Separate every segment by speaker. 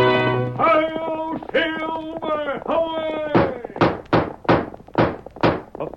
Speaker 1: Hail, Silver, hoy! A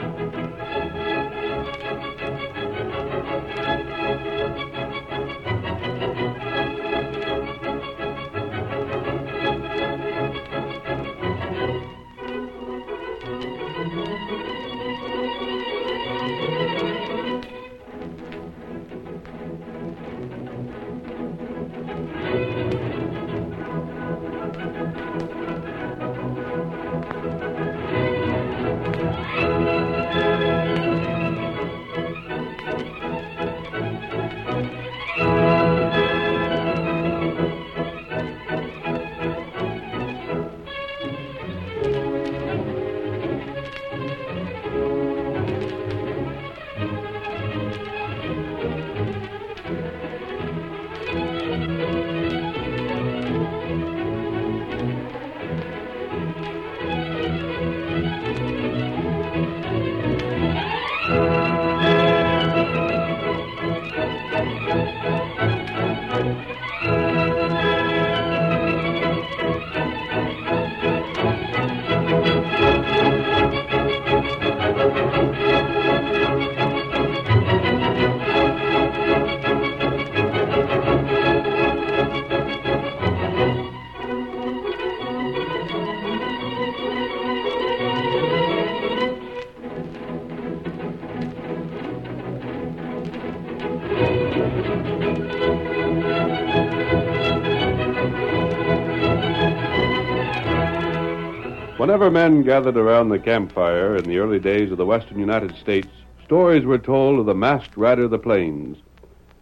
Speaker 1: Whenever men gathered around the campfire in the early days of the western United States, stories were told of the masked rider of the plains.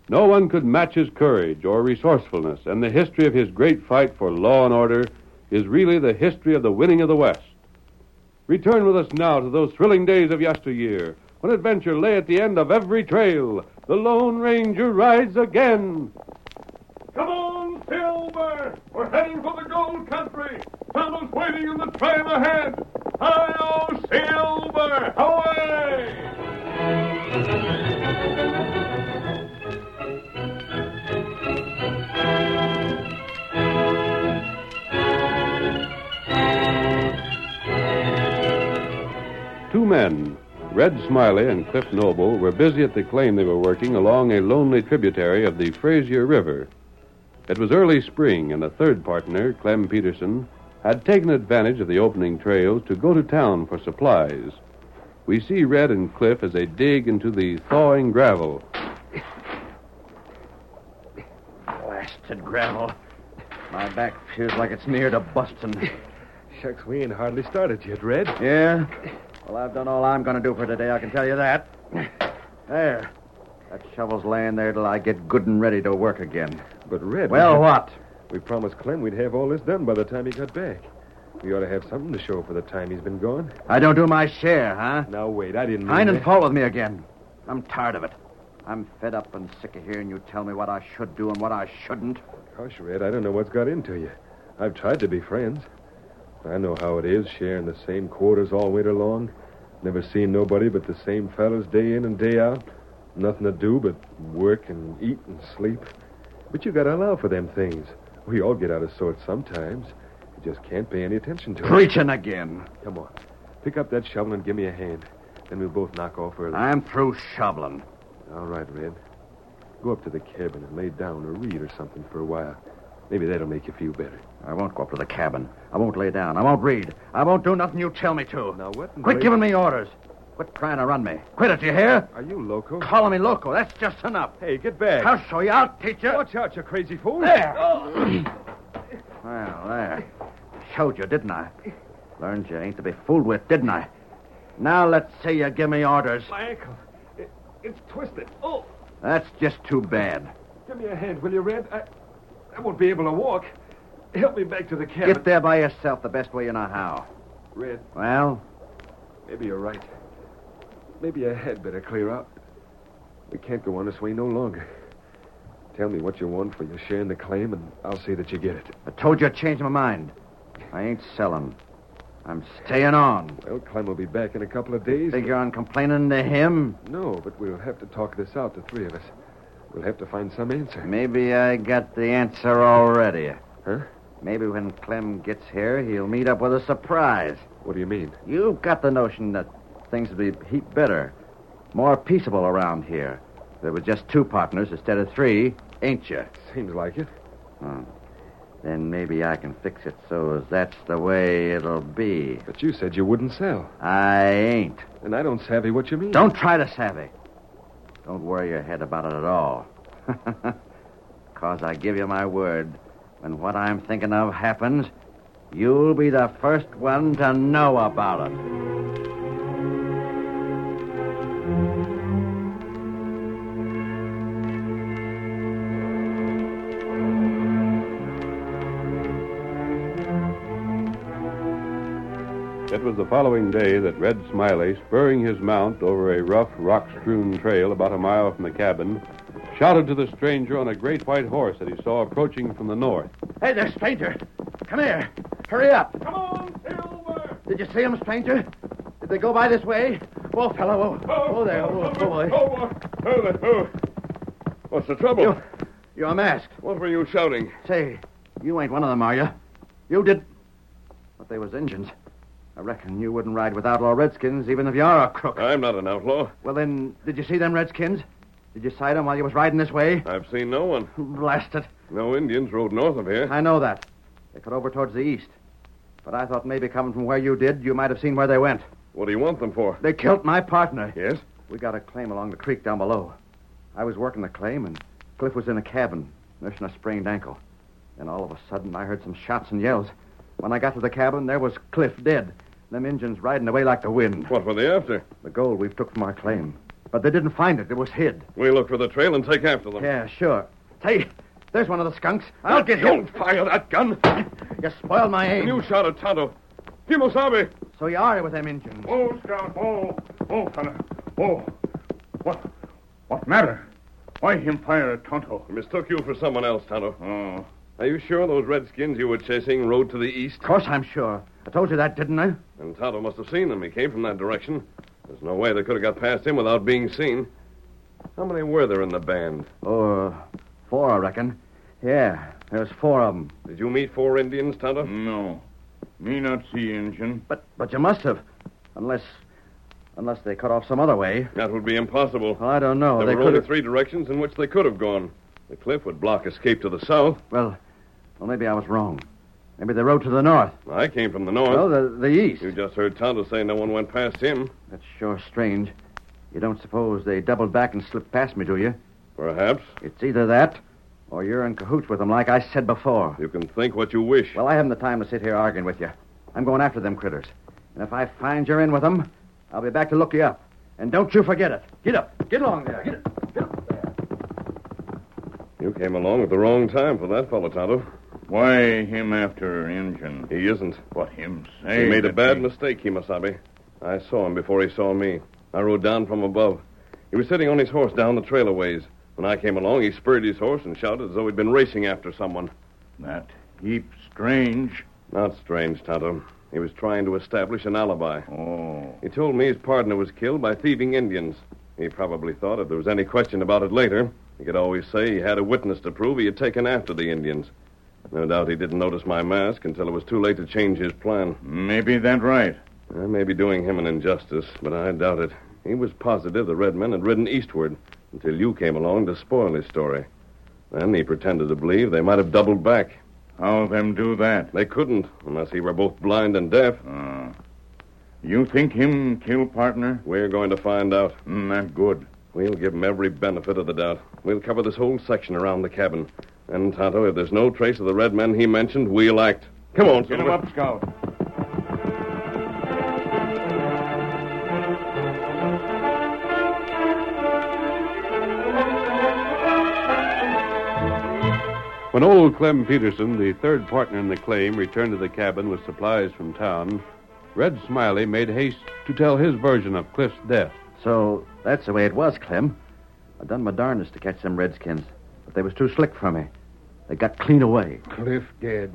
Speaker 1: No one could match his courage or resourcefulness, and the history of his great fight for law and order is really the history of the winning of the West. Return with us now to those thrilling days of yesteryear, when adventure lay at the end of every trail. The Lone Ranger rides again. Come on, Silver! We're heading for the gold country! Someone's waiting in the trail ahead! Hi-oh, Silver! Away! Two men, Red Smiley and Cliff Noble, were busy at the claim they were working along a lonely tributary of the Frazier River. It was early spring, and a third partner, Clem Peterson, had taken advantage of the opening trails to go to town for supplies. We see Red and Cliff as they dig into the thawing gravel.
Speaker 2: Blasted gravel. My back feels like it's near to busting.
Speaker 3: Shucks, we ain't hardly started yet, Red.
Speaker 2: yeah? Well, I've done all I'm going to do for today, I can tell you that. There. That shovel's laying there till I get good and ready to work again.
Speaker 3: But Red.
Speaker 2: Well,
Speaker 3: we,
Speaker 2: what?
Speaker 3: we promised Clem we'd have all this done by the time he got back. We ought to have something to show for the time he's been gone.
Speaker 2: I don't do my share, huh?
Speaker 3: Now wait, I didn't mean
Speaker 2: Pine and
Speaker 3: that.
Speaker 2: fall with me again. I'm tired of it. I'm fed up and sick of hearing you tell me what I should do and what I shouldn't.
Speaker 3: Gosh, Red, I don't know what's got into you. I've tried to be friends. I know how it is, sharing the same quarters all winter long. Never seen nobody but the same fellas day in and day out. Nothing to do but work and eat and sleep. But you gotta allow for them things. We all get out of sorts sometimes. You just can't pay any attention to it.
Speaker 2: Preaching again.
Speaker 3: Come on. Pick up that shovel and give me a hand. Then we'll both knock off early.
Speaker 2: I'm through shoveling.
Speaker 3: All right, Red. Go up to the cabin and lay down or read or something for a while. Maybe that'll make you feel better.
Speaker 2: I won't go up to the cabin. I won't lay down. I won't read. I won't do nothing you tell me to.
Speaker 3: Now, what in
Speaker 2: Quit
Speaker 3: blazes-
Speaker 2: giving me orders. Quit trying to run me. Quit it, you hear?
Speaker 3: Are you loco?
Speaker 2: Calling me loco. That's just enough.
Speaker 3: Hey, get back.
Speaker 2: I'll show you. I'll teach you.
Speaker 3: Watch out, you crazy fool. Oh,
Speaker 2: There. well, there. Showed you, didn't I? Learned you ain't to be fooled with, didn't I? Now let's see you give me orders.
Speaker 3: My ankle. It, it's twisted. Oh,
Speaker 2: That's just too bad.
Speaker 3: give me a hand, will you, Red? I, I won't be able to walk. Help me back to the cabin.
Speaker 2: Get there by yourself the best way you know how.
Speaker 3: Red,
Speaker 2: Well,
Speaker 3: maybe you're right. Maybe I had better clear out. We can't go on this way no longer. Tell me what you want for your share in the claim, and I'll see that you get it.
Speaker 2: I told you I changed my mind. I ain't selling. I'm staying on.
Speaker 3: Well, Clem will be back in a couple of days.
Speaker 2: Figure on complaining to him?
Speaker 3: No, but we'll have to talk this out, the three of us. We'll have to find some answer.
Speaker 2: Maybe I got the answer already.
Speaker 3: Huh?
Speaker 2: Maybe when Clem gets here, he'll meet up with a surprise.
Speaker 3: What do you mean?
Speaker 2: You've got the notion that things would be heap better, more peaceable around here. There was just two partners instead of three, ain't you?
Speaker 3: Seems like it.
Speaker 2: Then maybe I can fix it so as that's the way it'll be.
Speaker 3: But you said you wouldn't sell,
Speaker 2: I ain't.
Speaker 3: and I don't savvy what you mean.
Speaker 2: Don't try to savvy. Don't worry your head about it at all. Because I give you my word, when what I'm thinking of happens, you'll be the first one to know about it.
Speaker 1: It was the following day that Red Smiley, spurring his mount over a rough, rock strewn trail about a mile from the cabin, shouted to the stranger on a great white horse that he saw approaching from the north.
Speaker 2: Hey there, stranger. Come here. Hurry up.
Speaker 4: Come on, Silver!
Speaker 2: Did you see him, stranger? Did they go by this way? Whoa, fellow. Whoa, whoa there. Whoa, whoa, boy.
Speaker 4: Oh, oh, oh. What's the trouble?
Speaker 2: You, you're masked.
Speaker 4: What were you shouting?
Speaker 2: Say, you ain't one of them, are you? You did. But they was Injuns. I reckon you wouldn't ride with outlaw redskins, even if you are a crook.
Speaker 4: I'm not an outlaw.
Speaker 2: Well, then, did you see them redskins? Did you sight them while you was riding this way?
Speaker 4: I've seen no one.
Speaker 2: Blast it.
Speaker 4: No Indians rode north of here.
Speaker 2: I know that. They cut over towards the east. But I thought maybe coming from where you did, you might have seen where they went.
Speaker 4: What do you want them for?
Speaker 2: They killed my partner.
Speaker 4: Yes?
Speaker 2: We got a claim along the creek down below. I was working the claim, and Cliff was in a cabin, nursing a sprained ankle. Then all of a sudden, I heard some shots and yells. When I got to the cabin, there was Cliff dead. Them Injuns riding away like the wind.
Speaker 4: What were they after?
Speaker 2: The gold we've took from our claim. But they didn't find it. It was hid.
Speaker 4: We look for the trail and take after them.
Speaker 2: Yeah, sure. Say, there's one of the skunks. I'll get him.
Speaker 4: Don't fire that gun.
Speaker 2: You spoiled my aim.
Speaker 4: You shot at Tonto. Kimosabe.
Speaker 2: So you are with them Injuns.
Speaker 5: Oh, Scout, oh, oh, fella, oh. What, what matter? Why him fire at Tonto?
Speaker 4: Mistook you for someone else, Tonto.
Speaker 5: Oh,
Speaker 4: Are you sure those redskins you were chasing rode to the east?
Speaker 2: Of course I'm sure. I told you that, didn't I?
Speaker 4: And Tonto must have seen them. He came from that direction. There's no way they could have got past him without being seen. How many were there in the band?
Speaker 2: Oh, four, I reckon. Yeah, there's four of them.
Speaker 4: Did you meet four Indians, Tonto?
Speaker 5: Hmm. no. Me not see Injun.
Speaker 2: But but you must have, unless unless they cut off some other way.
Speaker 4: That would be impossible.
Speaker 2: Well, I don't know.
Speaker 4: there
Speaker 2: Oh, they
Speaker 4: were only
Speaker 2: could.
Speaker 4: three directions in which they could have gone. The cliff would block escape to the south.
Speaker 2: Well, well, maybe I was wrong. Maybe they rode to the north.
Speaker 4: I came from the north.
Speaker 2: No, Oh, the the east.
Speaker 4: Oh. You just heard Tonto say no one went past him.
Speaker 2: That's sure strange. You don't suppose they doubled back and slipped past me, do you?
Speaker 4: Perhaps.
Speaker 2: It's either that, or you're in cahoots with them, like I said before.
Speaker 4: You can think what you wish.
Speaker 2: Well, I haven't the time to sit here arguing with you. I'm going after them critters. And if I find you're in with them, I'll be back to look you up. And don't you forget it. Get up. Get along there. Get up.
Speaker 4: you came along at the wrong time for that fellow, Tonto.
Speaker 5: Why him after Injun?
Speaker 4: He isn't.
Speaker 5: What him
Speaker 4: He
Speaker 5: say?
Speaker 4: made a
Speaker 5: that
Speaker 4: bad
Speaker 5: they-
Speaker 4: mistake, Kimasabi. I saw him before he saw me. I rode down from above. He was sitting on his horse down the trail a ways. When I came along, he spurred his horse and shouted as though he'd been racing after someone.
Speaker 5: That heap strange.
Speaker 4: Not strange, Tonto. He was trying to establish an alibi.
Speaker 5: Oh,
Speaker 4: He told me his partner was killed by thieving Indians. He probably thought if there was any question about it later, he could always say he had a witness to prove he had taken after the Indians. No doubt he didn't notice my mask until it was too late to change his plan.
Speaker 5: maybe that right.
Speaker 4: I may be doing him an injustice, but I doubt it. He was positive the red men had ridden eastward until you came along to spoil his story. Then he pretended to believe they might have doubled back.
Speaker 5: How them do that?
Speaker 4: They couldn't, unless he were both blind and deaf.
Speaker 5: Oh. You think him kill partner?
Speaker 4: We're going to find out.
Speaker 5: Mm, that good.
Speaker 4: We'll give him every benefit of the doubt. We'll cover this whole section around the cabin. And, Tonto, if there's no trace of the red men he mentioned, we'll act. Come on,
Speaker 5: Get him
Speaker 4: Silver.
Speaker 5: up, Scout.
Speaker 4: When
Speaker 1: When old Clem Peterson, the third partner in the claim, returned to the cabin with supplies from town, Red Smiley made haste to tell his version of Cliff's death.
Speaker 2: So that's the way it was, Clem. I done my darndest to catch them redskins, but they was too slick for me. They got clean away.
Speaker 6: Cliff dead.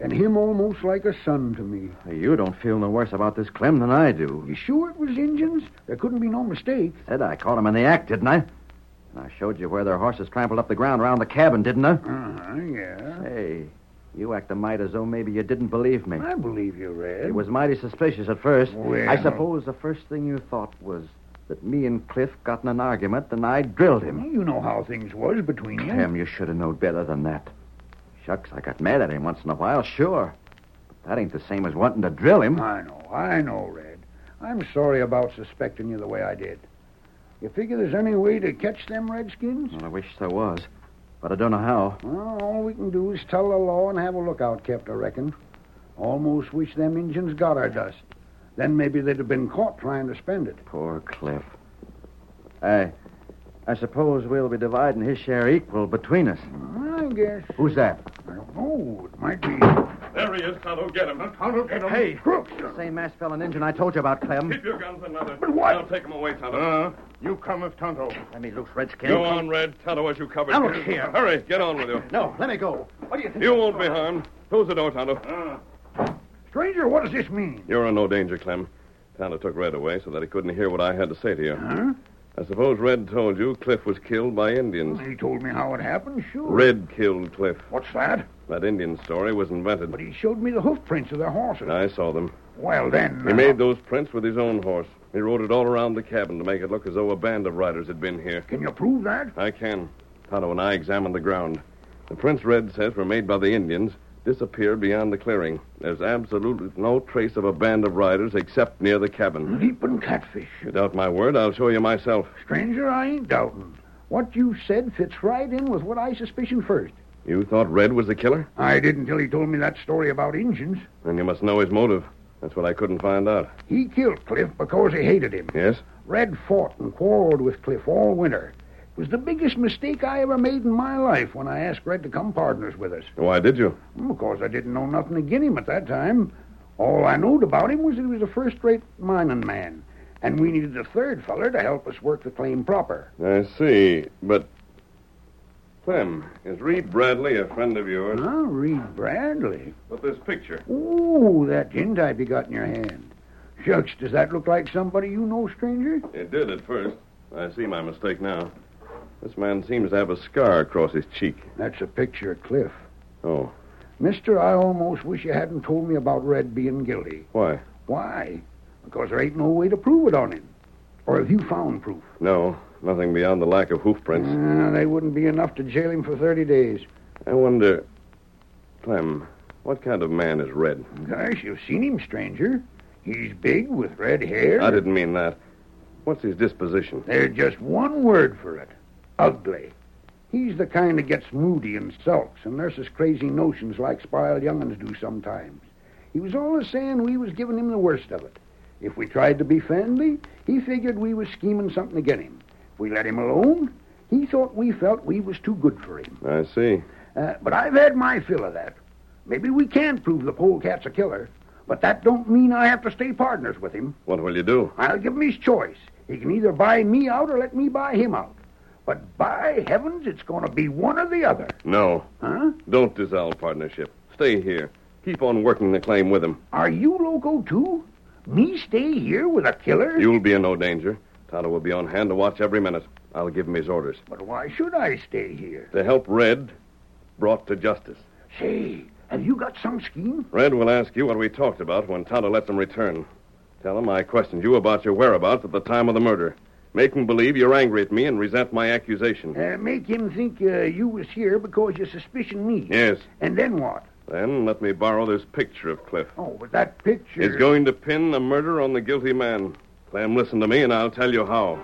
Speaker 6: And him almost like a son to me.
Speaker 2: You don't feel no worse about this, Clem, than I do.
Speaker 6: You sure it was Injuns? There couldn't be no mistake.
Speaker 2: Said I caught 'em in the act, didn't I? And I showed you where their horses trampled up the ground around the cabin, didn't I?
Speaker 6: Uh-huh, yeah.
Speaker 2: Hey, you act a mite as though maybe you didn't believe me.
Speaker 6: I believe you, Red.
Speaker 2: It was mighty suspicious at first.
Speaker 6: Well.
Speaker 2: I suppose the first thing you thought was that me and Cliff got in an argument, and I drilled him.
Speaker 6: You know how things was between you.
Speaker 2: Clem, you should have known better than that. Shucks, I got mad at him once in a while, sure. But that ain't the same as wanting to drill him.
Speaker 6: I know, I know, Red. I'm sorry about suspecting you the way I did. You figure there's any way to catch them redskins?
Speaker 2: Well, I wish there was, but I don't know how.
Speaker 6: Well, all we can do is tell the law and have a lookout kept, I reckon. Almost wish them Injuns got our dust. Then maybe they'd have been caught trying to spend it.
Speaker 2: Poor Cliff. I, I suppose we'll be dividing his share equal between us.
Speaker 6: I guess.
Speaker 2: Who's that?
Speaker 6: I don't know. It might be.
Speaker 4: There he is, Tonto. Get him.
Speaker 5: Tonto, get him.
Speaker 2: Hey,
Speaker 6: Crooks.
Speaker 2: Same masked fellow Injun I told you about, Clem.
Speaker 4: your guns another.
Speaker 5: But Uh-huh. why-
Speaker 4: I'll take him away, Tonto.
Speaker 5: Uh, You come with Tonto.
Speaker 2: Let me loose, Redskin.
Speaker 4: Go on, Red. Tonto as you covered.
Speaker 2: Now, look here.
Speaker 4: Hurry. Get on with you.
Speaker 2: No, let me go. What do you think?
Speaker 4: You won't be harmed. Close the door, Tonto.
Speaker 6: Stranger, what does this mean?
Speaker 4: You're in no danger, Clem. Tonto took Red away so that he couldn't hear what I had to say to you.
Speaker 6: Huh?
Speaker 4: I suppose Red told you Cliff was killed by Indians.
Speaker 6: He told me how it happened, sure.
Speaker 4: Red killed Cliff.
Speaker 6: What's that?
Speaker 4: That Indian story was invented.
Speaker 6: But he showed me the hoof prints of their horses.
Speaker 4: I saw them.
Speaker 6: Well, then. uh,
Speaker 4: He made those prints with his own horse. He rode it all around the cabin to make it look as though a band of riders had been here.
Speaker 6: Can you prove that?
Speaker 4: I can. Tonto and I examined the ground. The prints Red says were made by the Indians disappear beyond the clearing. There's absolutely no trace of a band of riders except near the
Speaker 6: Hmm?
Speaker 4: cabin.
Speaker 6: Leaping catfish.
Speaker 4: You doubt my word, I'll show you myself.
Speaker 6: Stranger, I ain't doubting. What you said fits right in with what I suspicioned first.
Speaker 4: You thought Red was the killer?
Speaker 6: I didn't till he told me that story about Injuns.
Speaker 4: Then you must know his motive. That's what I couldn't find out.
Speaker 6: He killed Cliff because he hated him.
Speaker 4: Yes?
Speaker 6: Red fought and quarreled with Cliff all winter. It was the biggest mistake I ever made in my life when I asked Red to come partners with us.
Speaker 4: Why did you?
Speaker 6: Because I didn't know nothing agin him at that time. All I knowed about him was that he was a first-rate mining man, and we needed a third feller to help us work the claim proper.
Speaker 4: I see, but. Clem, is Reed Bradley a friend of yours?
Speaker 6: Now, Reed Bradley.
Speaker 4: But this picture.
Speaker 6: Ooh, that gin type you got in your hand. Shucks, does that look like somebody you know, stranger?
Speaker 4: It did at first. I see my mistake now. This man seems to have a scar across his cheek.
Speaker 6: That's a picture of Cliff.
Speaker 4: Oh,
Speaker 6: Mister, I almost wish you hadn't told me about Red being guilty.
Speaker 4: why?
Speaker 6: Why? Because there ain't no way to prove it on him. Or have you found proof?
Speaker 4: No, nothing beyond the lack of hoof prints.
Speaker 6: Uh, they wouldn't be enough to jail him for 30 days.
Speaker 4: I wonder, Clem, what kind of man is Red?
Speaker 6: Gosh, you've seen him, stranger. He's big with red hair.
Speaker 4: I didn't mean that. What's his disposition?
Speaker 6: There's just one word for it ugly. He's the kind that gets moody and sulks and nurses crazy notions like spiled young'uns do sometimes. He was always saying we was giving him the worst of it. If we tried to be friendly, he figured we was scheming something to get him. If we let him alone, he thought we felt we was too good for him.
Speaker 4: I see.
Speaker 6: Uh, but I've had my fill of that. Maybe we can prove the polecat's a killer, but that don't mean I have to stay partners with him.
Speaker 4: What will you do?
Speaker 6: I'll give him his choice. He can either buy me out or let me buy him out. But by heavens, it's going to be one or the other.
Speaker 4: No,
Speaker 6: Huh?
Speaker 4: don't dissolve partnership. Stay here. Keep on working the claim with him.
Speaker 6: Are you loco, too? Me stay here with a killer?
Speaker 4: You'll be in no danger. Tonto will be on hand to watch every minute. I'll give him his orders.
Speaker 6: But why should I stay here?
Speaker 4: To help Red brought to justice.
Speaker 6: Say, have you got some scheme?
Speaker 4: Red will ask you what we talked about when Tonto lets him return. Tell him I questioned you about your whereabouts at the time of the murder. Make him believe you're angry at me and resent my accusation.
Speaker 6: Uh, make him think uh, you was here because you suspicion me.
Speaker 4: Yes.
Speaker 6: And then what?
Speaker 4: Then let me borrow this picture of Cliff.
Speaker 6: Oh, but that picture.
Speaker 4: It's going to pin the murder on the guilty man. Clem, listen to me, and I'll tell you how.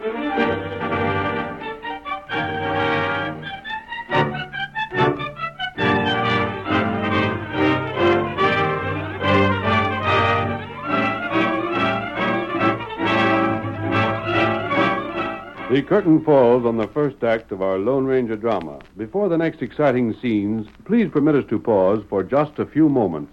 Speaker 4: The curtain falls on the first act of our Lone Ranger drama. Before the next exciting scenes, please permit us to pause for just a few moments.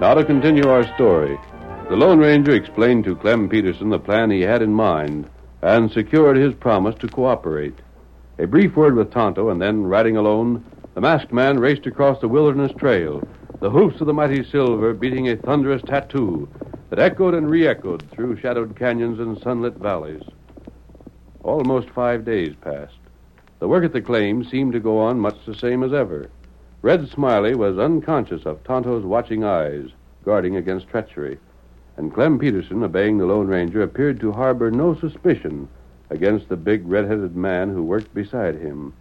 Speaker 4: Now to continue our story. The Lone Ranger explained to Clem Peterson the plan he had in mind and secured his promise to cooperate. A brief word with Tonto, and then, riding alone, the masked man raced across the wilderness trail, the hoofs of the mighty Silver beating a thunderous tattoo that echoed and re echoed through shadowed canyons and sunlit valleys. Almost five days passed. The work at the claim seemed to go on much the same as ever. Red Smiley was unconscious of Tonto's watching eyes, guarding against treachery, and Clem Peterson, obeying the Lone Ranger, appeared to harbor no suspicion against the big red-headed man who worked beside him.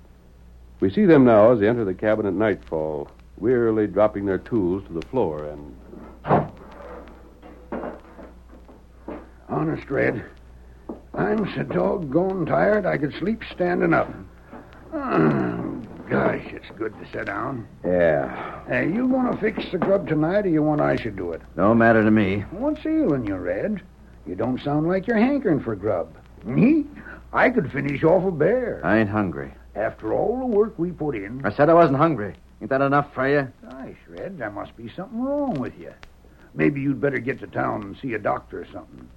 Speaker 4: We see them now as they enter the cabin at nightfall, wearily dropping their tools to the floor and
Speaker 6: Honest, Red. I'm so doggone tired I could sleep standing up. Oh, gosh, it's good to sit down.
Speaker 2: Yeah.
Speaker 6: Hey, you want to fix the grub tonight, or you want I should do it?
Speaker 2: No matter to me.
Speaker 6: What's ailing you, Red? You don't sound like you're hankering for grub. Me? I could finish off a bear.
Speaker 2: I ain't hungry.
Speaker 6: After all the work we put in.
Speaker 2: I said I wasn't hungry. Ain't that enough for you?
Speaker 6: Gosh, Red, there must be something wrong with you. Maybe you'd better get to town and see a doctor or something.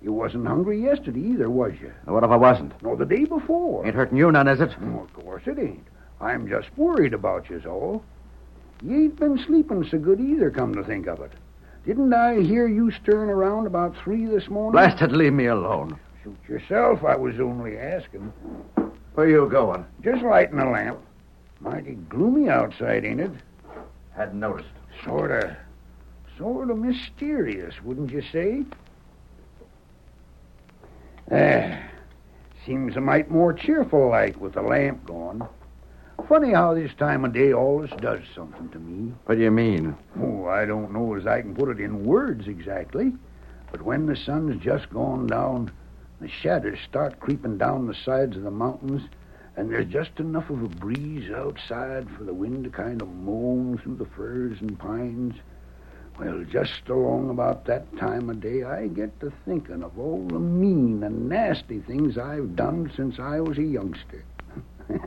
Speaker 6: You wasn't hungry yesterday either, was you?
Speaker 2: What if I wasn't?
Speaker 6: No, the day before.
Speaker 2: Ain't hurting you none, is it?
Speaker 6: Well, of course it ain't. I'm just worried about you, all. You ain't been sleeping so good either, come to think of it. Didn't I hear you stirring around about three this morning?
Speaker 2: Blasted, leave me alone.
Speaker 6: Shoot yourself, I was only asking.
Speaker 2: Where you going?
Speaker 6: Just lighting a lamp. Mighty gloomy outside, ain't it?
Speaker 2: Hadn't noticed.
Speaker 6: Sorta. Sorta mysterious, wouldn't you say? Eh. Seems a mite more cheerful like with the lamp going. Funny how this time of day all this does something to me.
Speaker 2: What do you mean?
Speaker 6: Oh, I don't know as I can put it in words exactly, but when the sun's just gone down, the shadows start creeping down the sides of the mountains, and there's just enough of a breeze outside for the wind to kind of moan through the firs and pines. Well, just along about that time of day, I get to thinking of all the mean and nasty things I've done since I was a youngster.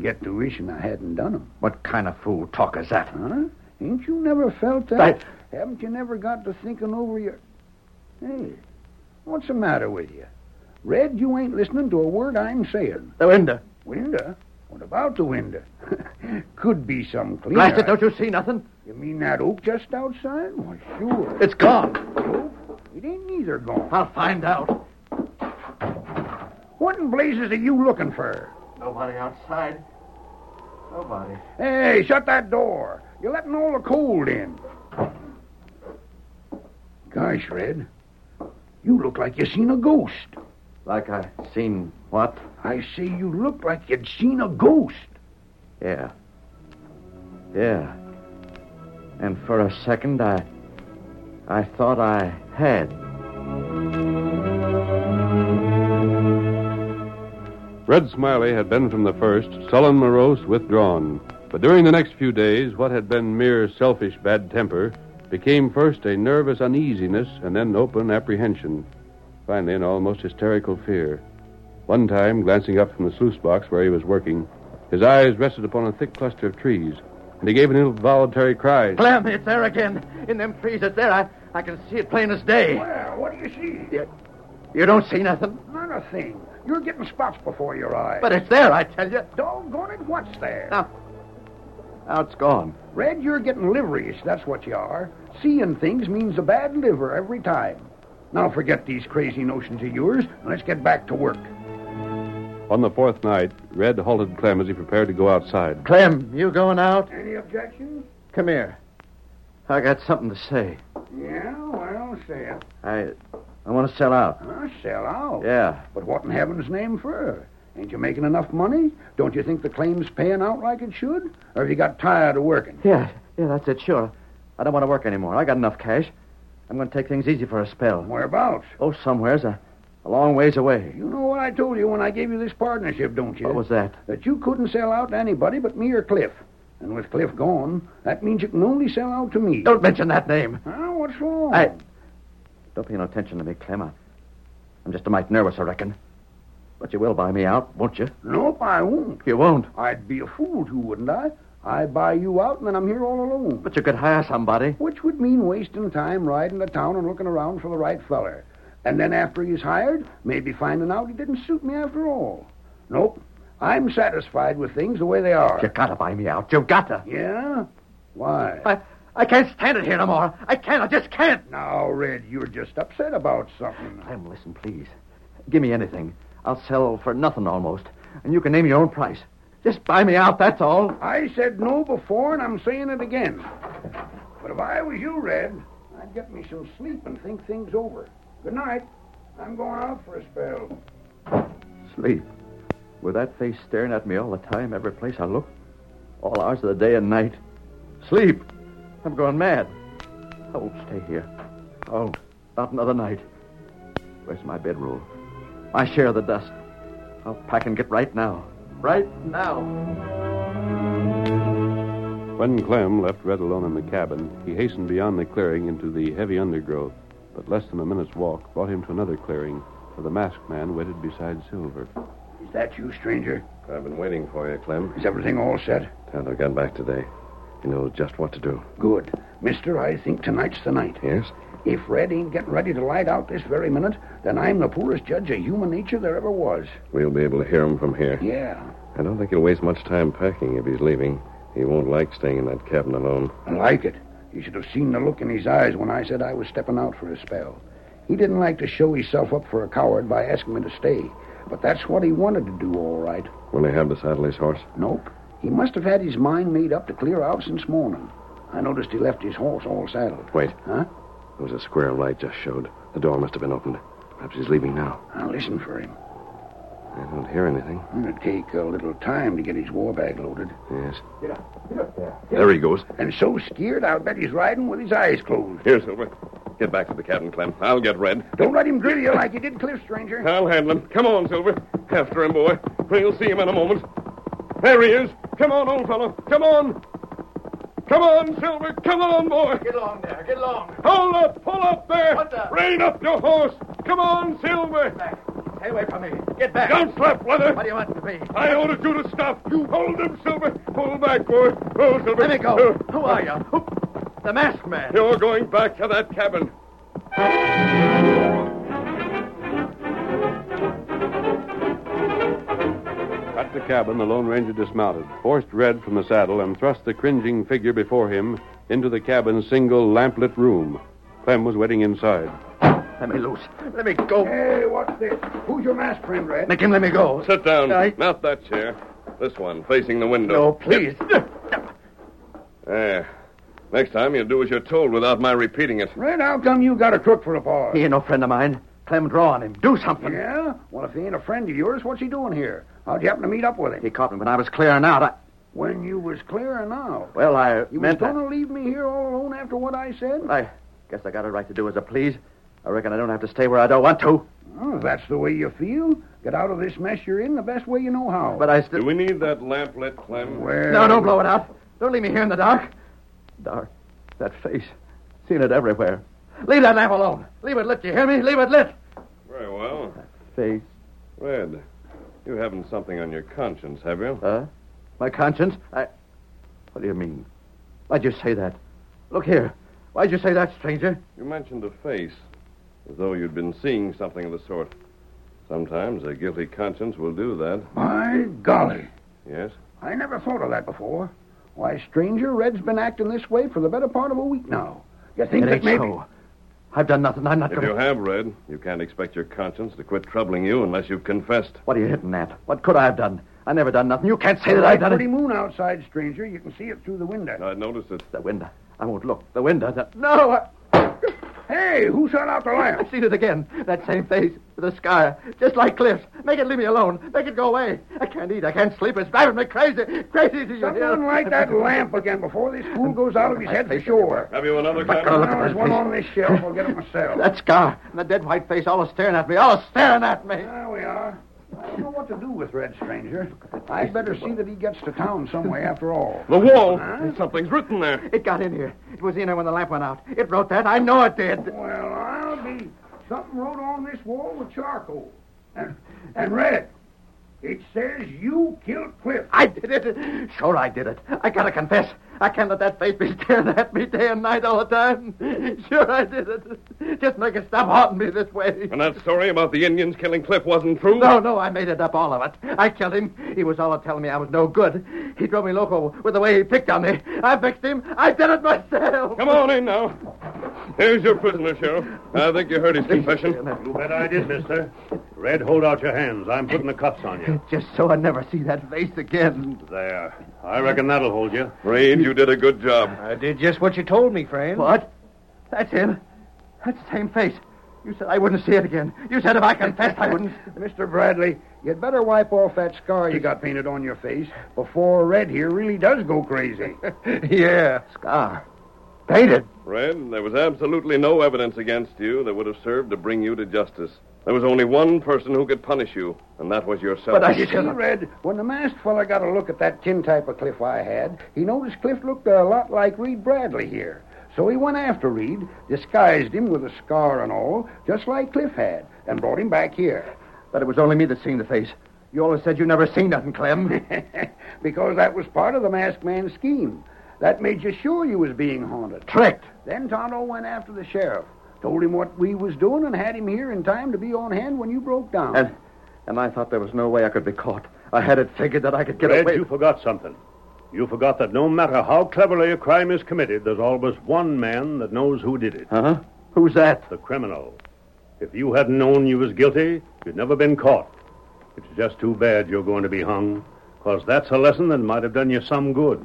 Speaker 6: get to wishing I hadn't done 'em.
Speaker 2: What kind of fool talk is that?
Speaker 6: Huh? Ain't you never felt that?
Speaker 2: Right.
Speaker 6: Haven't you never got to thinking over your. Hey, what's the matter with you? Red, you ain't listening to a word I'm saying.
Speaker 2: The window.
Speaker 6: Winda? What about the window? Could be some cleaner.
Speaker 2: Blasted, don't you see nothing?
Speaker 6: You mean that oak just outside? Why, sure.
Speaker 2: It's gone.
Speaker 6: It ain't neither gone.
Speaker 2: I'll find out.
Speaker 6: What in blazes are you looking for?
Speaker 2: Nobody outside. Nobody.
Speaker 6: Hey, shut that door. You're letting all the cold in. Gosh, Red, you look like you seen a ghost.
Speaker 2: Like I seen what?
Speaker 6: I say you look like you'd seen a ghost.
Speaker 2: Yeah. Yeah. And for a second, I. I thought I had.
Speaker 4: Red Smiley had been from the first sullen, morose, withdrawn. But during the next few days, what had been mere selfish bad temper became first a nervous uneasiness and then open apprehension. Finally, an almost hysterical fear. One time, glancing up from the sluice box where he was working, his eyes rested upon a thick cluster of trees,
Speaker 3: and he gave an involuntary cry.
Speaker 2: Clem, it's there again. In them trees, it's there. I, I can see it plain as day.
Speaker 6: Where? What do you see?
Speaker 2: You, you don't see nothing,
Speaker 6: Not a thing. You're getting spots before your eyes.
Speaker 2: but Oh. it's there, I tell you.
Speaker 6: doggone it, what's there?
Speaker 2: Now, now it's gone.
Speaker 6: Red, you're getting liverish. That's what you are. Seeing things means a bad liver every time. Now forget these crazy notions of yours, and let's get back to work.
Speaker 1: On the fourth night, Red halted Clem as he prepared to go outside.
Speaker 2: Clem, you going out?
Speaker 6: Any objections?
Speaker 2: Come here. I got something to say.
Speaker 6: Yeah, well, say it.
Speaker 2: I, I want to sell out.
Speaker 6: Huh? Sell out.
Speaker 2: Yeah.
Speaker 6: But what in heaven's name for? Ain't you making enough money? Don't you think the claim's paying out like it should? Or have you got tired of working?
Speaker 2: Yeah, yeah, that's it, sure. I don't want to work anymore. I got enough cash. I'm going to take things easy for a spell.
Speaker 6: Whereabouts?
Speaker 2: Oh, somewhere's a, a long ways away.
Speaker 6: You know what I told you when I gave you this partnership, don't you?
Speaker 2: What was that?
Speaker 6: That you couldn't sell out to anybody but me or Cliff. And with Cliff gone, that means you can only sell out to me.
Speaker 2: Don't mention that name.
Speaker 6: Huh? What's wrong?
Speaker 2: I. Don't pay no attention to me, Clem. I, I'm just a mite nervous, I reckon. But you will buy me out, won't you?
Speaker 6: Nope, I won't.
Speaker 2: You won't.
Speaker 6: I'd be a fool to, wouldn't I? I buy you out, and then I'm here all alone.
Speaker 2: But you could hire somebody.
Speaker 6: Which would mean wasting time riding to town and looking around for the right feller. And then after he's hired, maybe finding out he didn't suit me after all. Nope. I'm satisfied with things the way they are.
Speaker 2: You gotta buy me out. You gotta.
Speaker 6: Yeah? Why?
Speaker 2: I, I can't stand it here no more. I can't. I just can't.
Speaker 6: Now, Red, you're just upset about something.
Speaker 2: Clem, listen, please. Give me anything. I'll sell for nothing almost. And you can name your own price. Just buy me out, that's all.
Speaker 6: I said no before, and I'm saying it again. But if I was you, Red, I'd get me some sleep and think things over. Good night. I'm going out for a spell.
Speaker 2: Sleep. With that face staring at me all the time, every place I look, all hours of the day and night. Sleep. I'm going mad. I won't stay here. I won't. Not another night. Where's my bedroll? My share of the dust. I'll pack and get right now. Right now.
Speaker 1: When Clem left Red alone in the cabin, he hastened beyond the clearing into the heavy undergrowth, but less than a minute's walk brought him to another clearing, where the masked man waited beside Silver.
Speaker 6: Is that you, stranger?
Speaker 4: I've been waiting for you, Clem.
Speaker 6: Is everything all set?
Speaker 4: Tyler got back today. He knows just what to do.
Speaker 6: Good. Mister, I think tonight's the night.
Speaker 4: Yes?
Speaker 6: If Red ain't getting ready to light out this very minute, then I'm the poorest judge of human nature there ever was.
Speaker 4: We'll be able to hear him from here.
Speaker 6: Yeah.
Speaker 4: I don't think he'll waste much time packing if he's leaving. He won't like staying in that cabin alone.
Speaker 6: I like it. You should have seen the look in his eyes when I said I was stepping out for a spell. He didn't like to show himself up for a coward by asking me to stay, but that's what he wanted to do, all right.
Speaker 4: Will he have to saddle his horse?
Speaker 6: Nope. He must have had his mind made up to clear out since morning. I noticed he left his horse all saddled.
Speaker 4: Wait.
Speaker 6: Huh?
Speaker 4: There was a square of light just showed. The door must have been opened. Perhaps he's leaving now.
Speaker 6: I'll listen for him.
Speaker 4: I don't hear anything.
Speaker 6: It'll take a little time to get his war bag loaded.
Speaker 4: Yes. There he goes.
Speaker 6: And so scared, I'll bet he's riding with his eyes closed.
Speaker 4: Here, Silver. Get back to the cabin, Clem. I'll get Red.
Speaker 6: Don't let him grill you like you did Cliff, stranger.
Speaker 4: I'll handle him. Come on, Silver. After him, boy. We'll see him in a moment. There he is. Come on, old fellow. Come on. Come on, Silver. Come on, boy.
Speaker 2: Get along there. Get along.
Speaker 4: Hold up. Pull up there.
Speaker 2: What the-
Speaker 4: Rein up your horse. Come on, Silver.
Speaker 2: Back. Stay away from me. Get back.
Speaker 4: Don't slap leather.
Speaker 2: What do you want to be?
Speaker 4: I ordered you to stop. You hold him, Silver. Pull back, boy. Oh, Silver.
Speaker 2: Let me go. Who are you? Who? The masked man.
Speaker 4: You're going back to that cabin.
Speaker 1: At the cabin, the Lone Ranger dismounted, forced Red from the saddle, and thrust the cringing figure before him into the cabin's single lamplit room. Clem was waiting inside.
Speaker 2: Let me loose. Let me go.
Speaker 6: Hey, what's this? Who's your mask friend, Red?
Speaker 2: Make him let me go.
Speaker 4: Sit down.
Speaker 2: I-
Speaker 4: Not that chair. This one, facing the window.
Speaker 2: No, please.
Speaker 4: There. Next time you'll do as you're told without my repeating it.
Speaker 6: Red, how come you got a crook for a paw?
Speaker 2: He ain't no friend of mine. Clem, draw on him. Do something.
Speaker 6: Yeah? Well, if he ain't a friend of yours, what's he doing here? How'd you happen to meet up with him?
Speaker 2: He caught me when I was clearing out. I,
Speaker 6: When you was clearing out.
Speaker 2: well, I uh,
Speaker 6: You was
Speaker 2: meant
Speaker 6: going to leave me here all alone after what I said?
Speaker 2: that. I guess I got a right to do as I please. I reckon I don't have to stay where I don't want to.
Speaker 6: Oh, if that's the way you feel. Get out of this mess you're in the best way you know how.
Speaker 2: But I still.
Speaker 4: Do we need that lamp lit, Clem?
Speaker 6: Well,
Speaker 2: No, don't blow it out. Don't leave me here in the dark. Dark. That face. Seen it everywhere. Leave that lamp alone. Leave it lit. You hear me? Leave it lit.
Speaker 4: Very well.
Speaker 2: Face.
Speaker 4: Red, you haven't something on your conscience, have you?
Speaker 2: Huh? My conscience. I. What do you mean? Why'd you say that? Look here. Why'd you say that, stranger?
Speaker 4: You mentioned a face, as though you'd been seeing something of the sort. Sometimes a guilty conscience will do that.
Speaker 6: My golly.
Speaker 4: Yes?
Speaker 6: I never thought of that before. Why, stranger, Red's been acting this way for the better part of a week now. You think
Speaker 2: it
Speaker 6: that
Speaker 2: ain't
Speaker 6: maybe...
Speaker 2: so. I've done nothing. I'm not
Speaker 4: If
Speaker 2: going
Speaker 4: you
Speaker 2: to.
Speaker 4: have read, you can't expect your conscience to quit troubling you unless you've confessed.
Speaker 2: What are you hitting at? What could I have done? I never done nothing. You can't say that I've
Speaker 6: Bright
Speaker 2: done
Speaker 6: pretty
Speaker 2: it.
Speaker 6: moon outside, stranger. You can see it through the window.
Speaker 4: I noticed it.
Speaker 2: The window. I won't look. The window. The... No. I...
Speaker 6: Hey, who shot out the
Speaker 2: I've
Speaker 6: lamp?
Speaker 2: seen it again. That same face with a scar, just like Cliff's. Make it leave me alone. Make it go away. I can't eat. I can't sleep. It's driving me crazy. Crazy to you.
Speaker 6: Someone light that lamp again before this fool goes out of his head for sure.
Speaker 4: Have you another
Speaker 2: But
Speaker 4: copy?
Speaker 2: look
Speaker 6: Now,
Speaker 2: at
Speaker 6: there's
Speaker 2: that
Speaker 6: one
Speaker 2: face.
Speaker 6: on this shelf. I'll get it myself.
Speaker 2: That scar and the dead white face, all staring at me. All staring at me.
Speaker 6: There we are. I don't know what to do with Red Stranger. I'd better see that he gets to town some way after all.
Speaker 4: The wall! Something's written there.
Speaker 2: It got in here. It was in here when the lamp went out. It wrote that. I know it did.
Speaker 6: Well, I'll be. Something wrote on this wall with charcoal. And, and Red, it says you killed Cliff.
Speaker 2: I did it. Sure, I did it. I gotta confess. I can't let that face be staring at me day and night all the time. Sure, I did it. Just make it stop haunting me this way.
Speaker 4: And that story about the Indians killing Cliff wasn't true?
Speaker 2: No, no, I made it up, all of it. I killed him. He was all a telling me I was no good. He drove me loco with the way he picked on me. I fixed him. I did it myself.
Speaker 4: Come on in now. Here's your prisoner, Sheriff. I think you heard his confession.
Speaker 7: You bet I did, mister. Red, hold out your hands. I'm putting the cuffs on you.
Speaker 2: Just so I never see that face again.
Speaker 7: There. I reckon that'll hold you.
Speaker 4: Reed, you did a good job.
Speaker 8: I did just what you told me, friend.
Speaker 2: What? That's him. That's the same face. You said I wouldn't see it again. You said if I confessed, I wouldn't.
Speaker 6: Mr. Bradley, you'd better wipe off that scar you got painted on your face before Red here really does go crazy.
Speaker 8: yeah.
Speaker 2: Scar. Painted.
Speaker 4: Red, there was absolutely no evidence against you that would have served to bring you to justice. There was only one person who could punish you, and that was yourself.
Speaker 2: But I
Speaker 6: You see,
Speaker 2: should have.
Speaker 6: Red, when the masked fella got a look at that tin type of Cliff I had, he noticed Cliff looked a lot like Reed Bradley here. So he went after Reed, disguised him with a scar and all, just like Cliff had, and brought him back here.
Speaker 2: But it was only me that seen the face. You always said you never seen nothing, Clem.
Speaker 6: because that was part of the masked man's scheme. That made you sure you was being haunted.
Speaker 2: Tricked.
Speaker 6: Then Tonto went after the sheriff, told him what we was doing, and had him here in time to be on hand when you broke down.
Speaker 2: And and I thought there was no way I could be caught. I had it figured that I could get
Speaker 7: Red,
Speaker 2: away.
Speaker 7: you forgot something. You forgot that no matter how cleverly a crime is committed, there's always one man that knows who did it.
Speaker 2: Huh? Uh-huh. Who's that?
Speaker 7: The criminal. If you hadn't known you was guilty, you'd never been caught. It's just too bad you're going to be hung, 'cause that's a lesson that might have done you some good.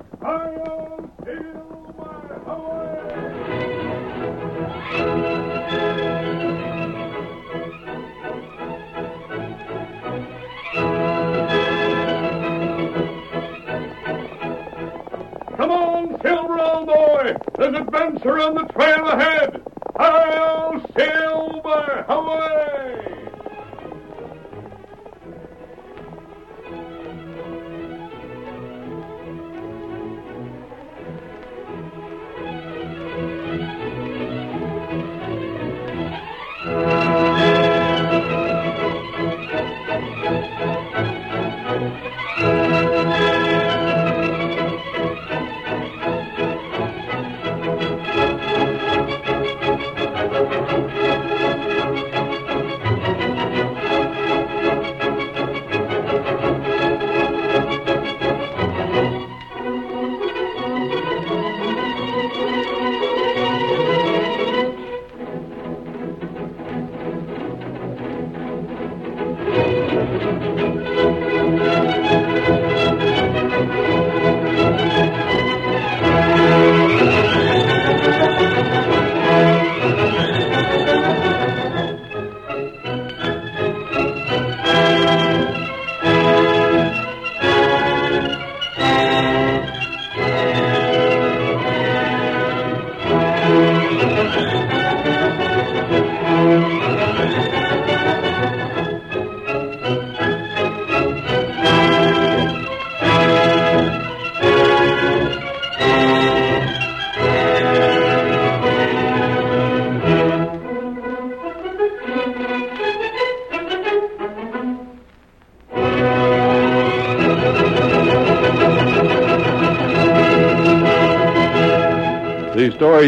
Speaker 4: Come on, Silver, old boy! There's adventure on the trail ahead! I'll Silver! Away! The story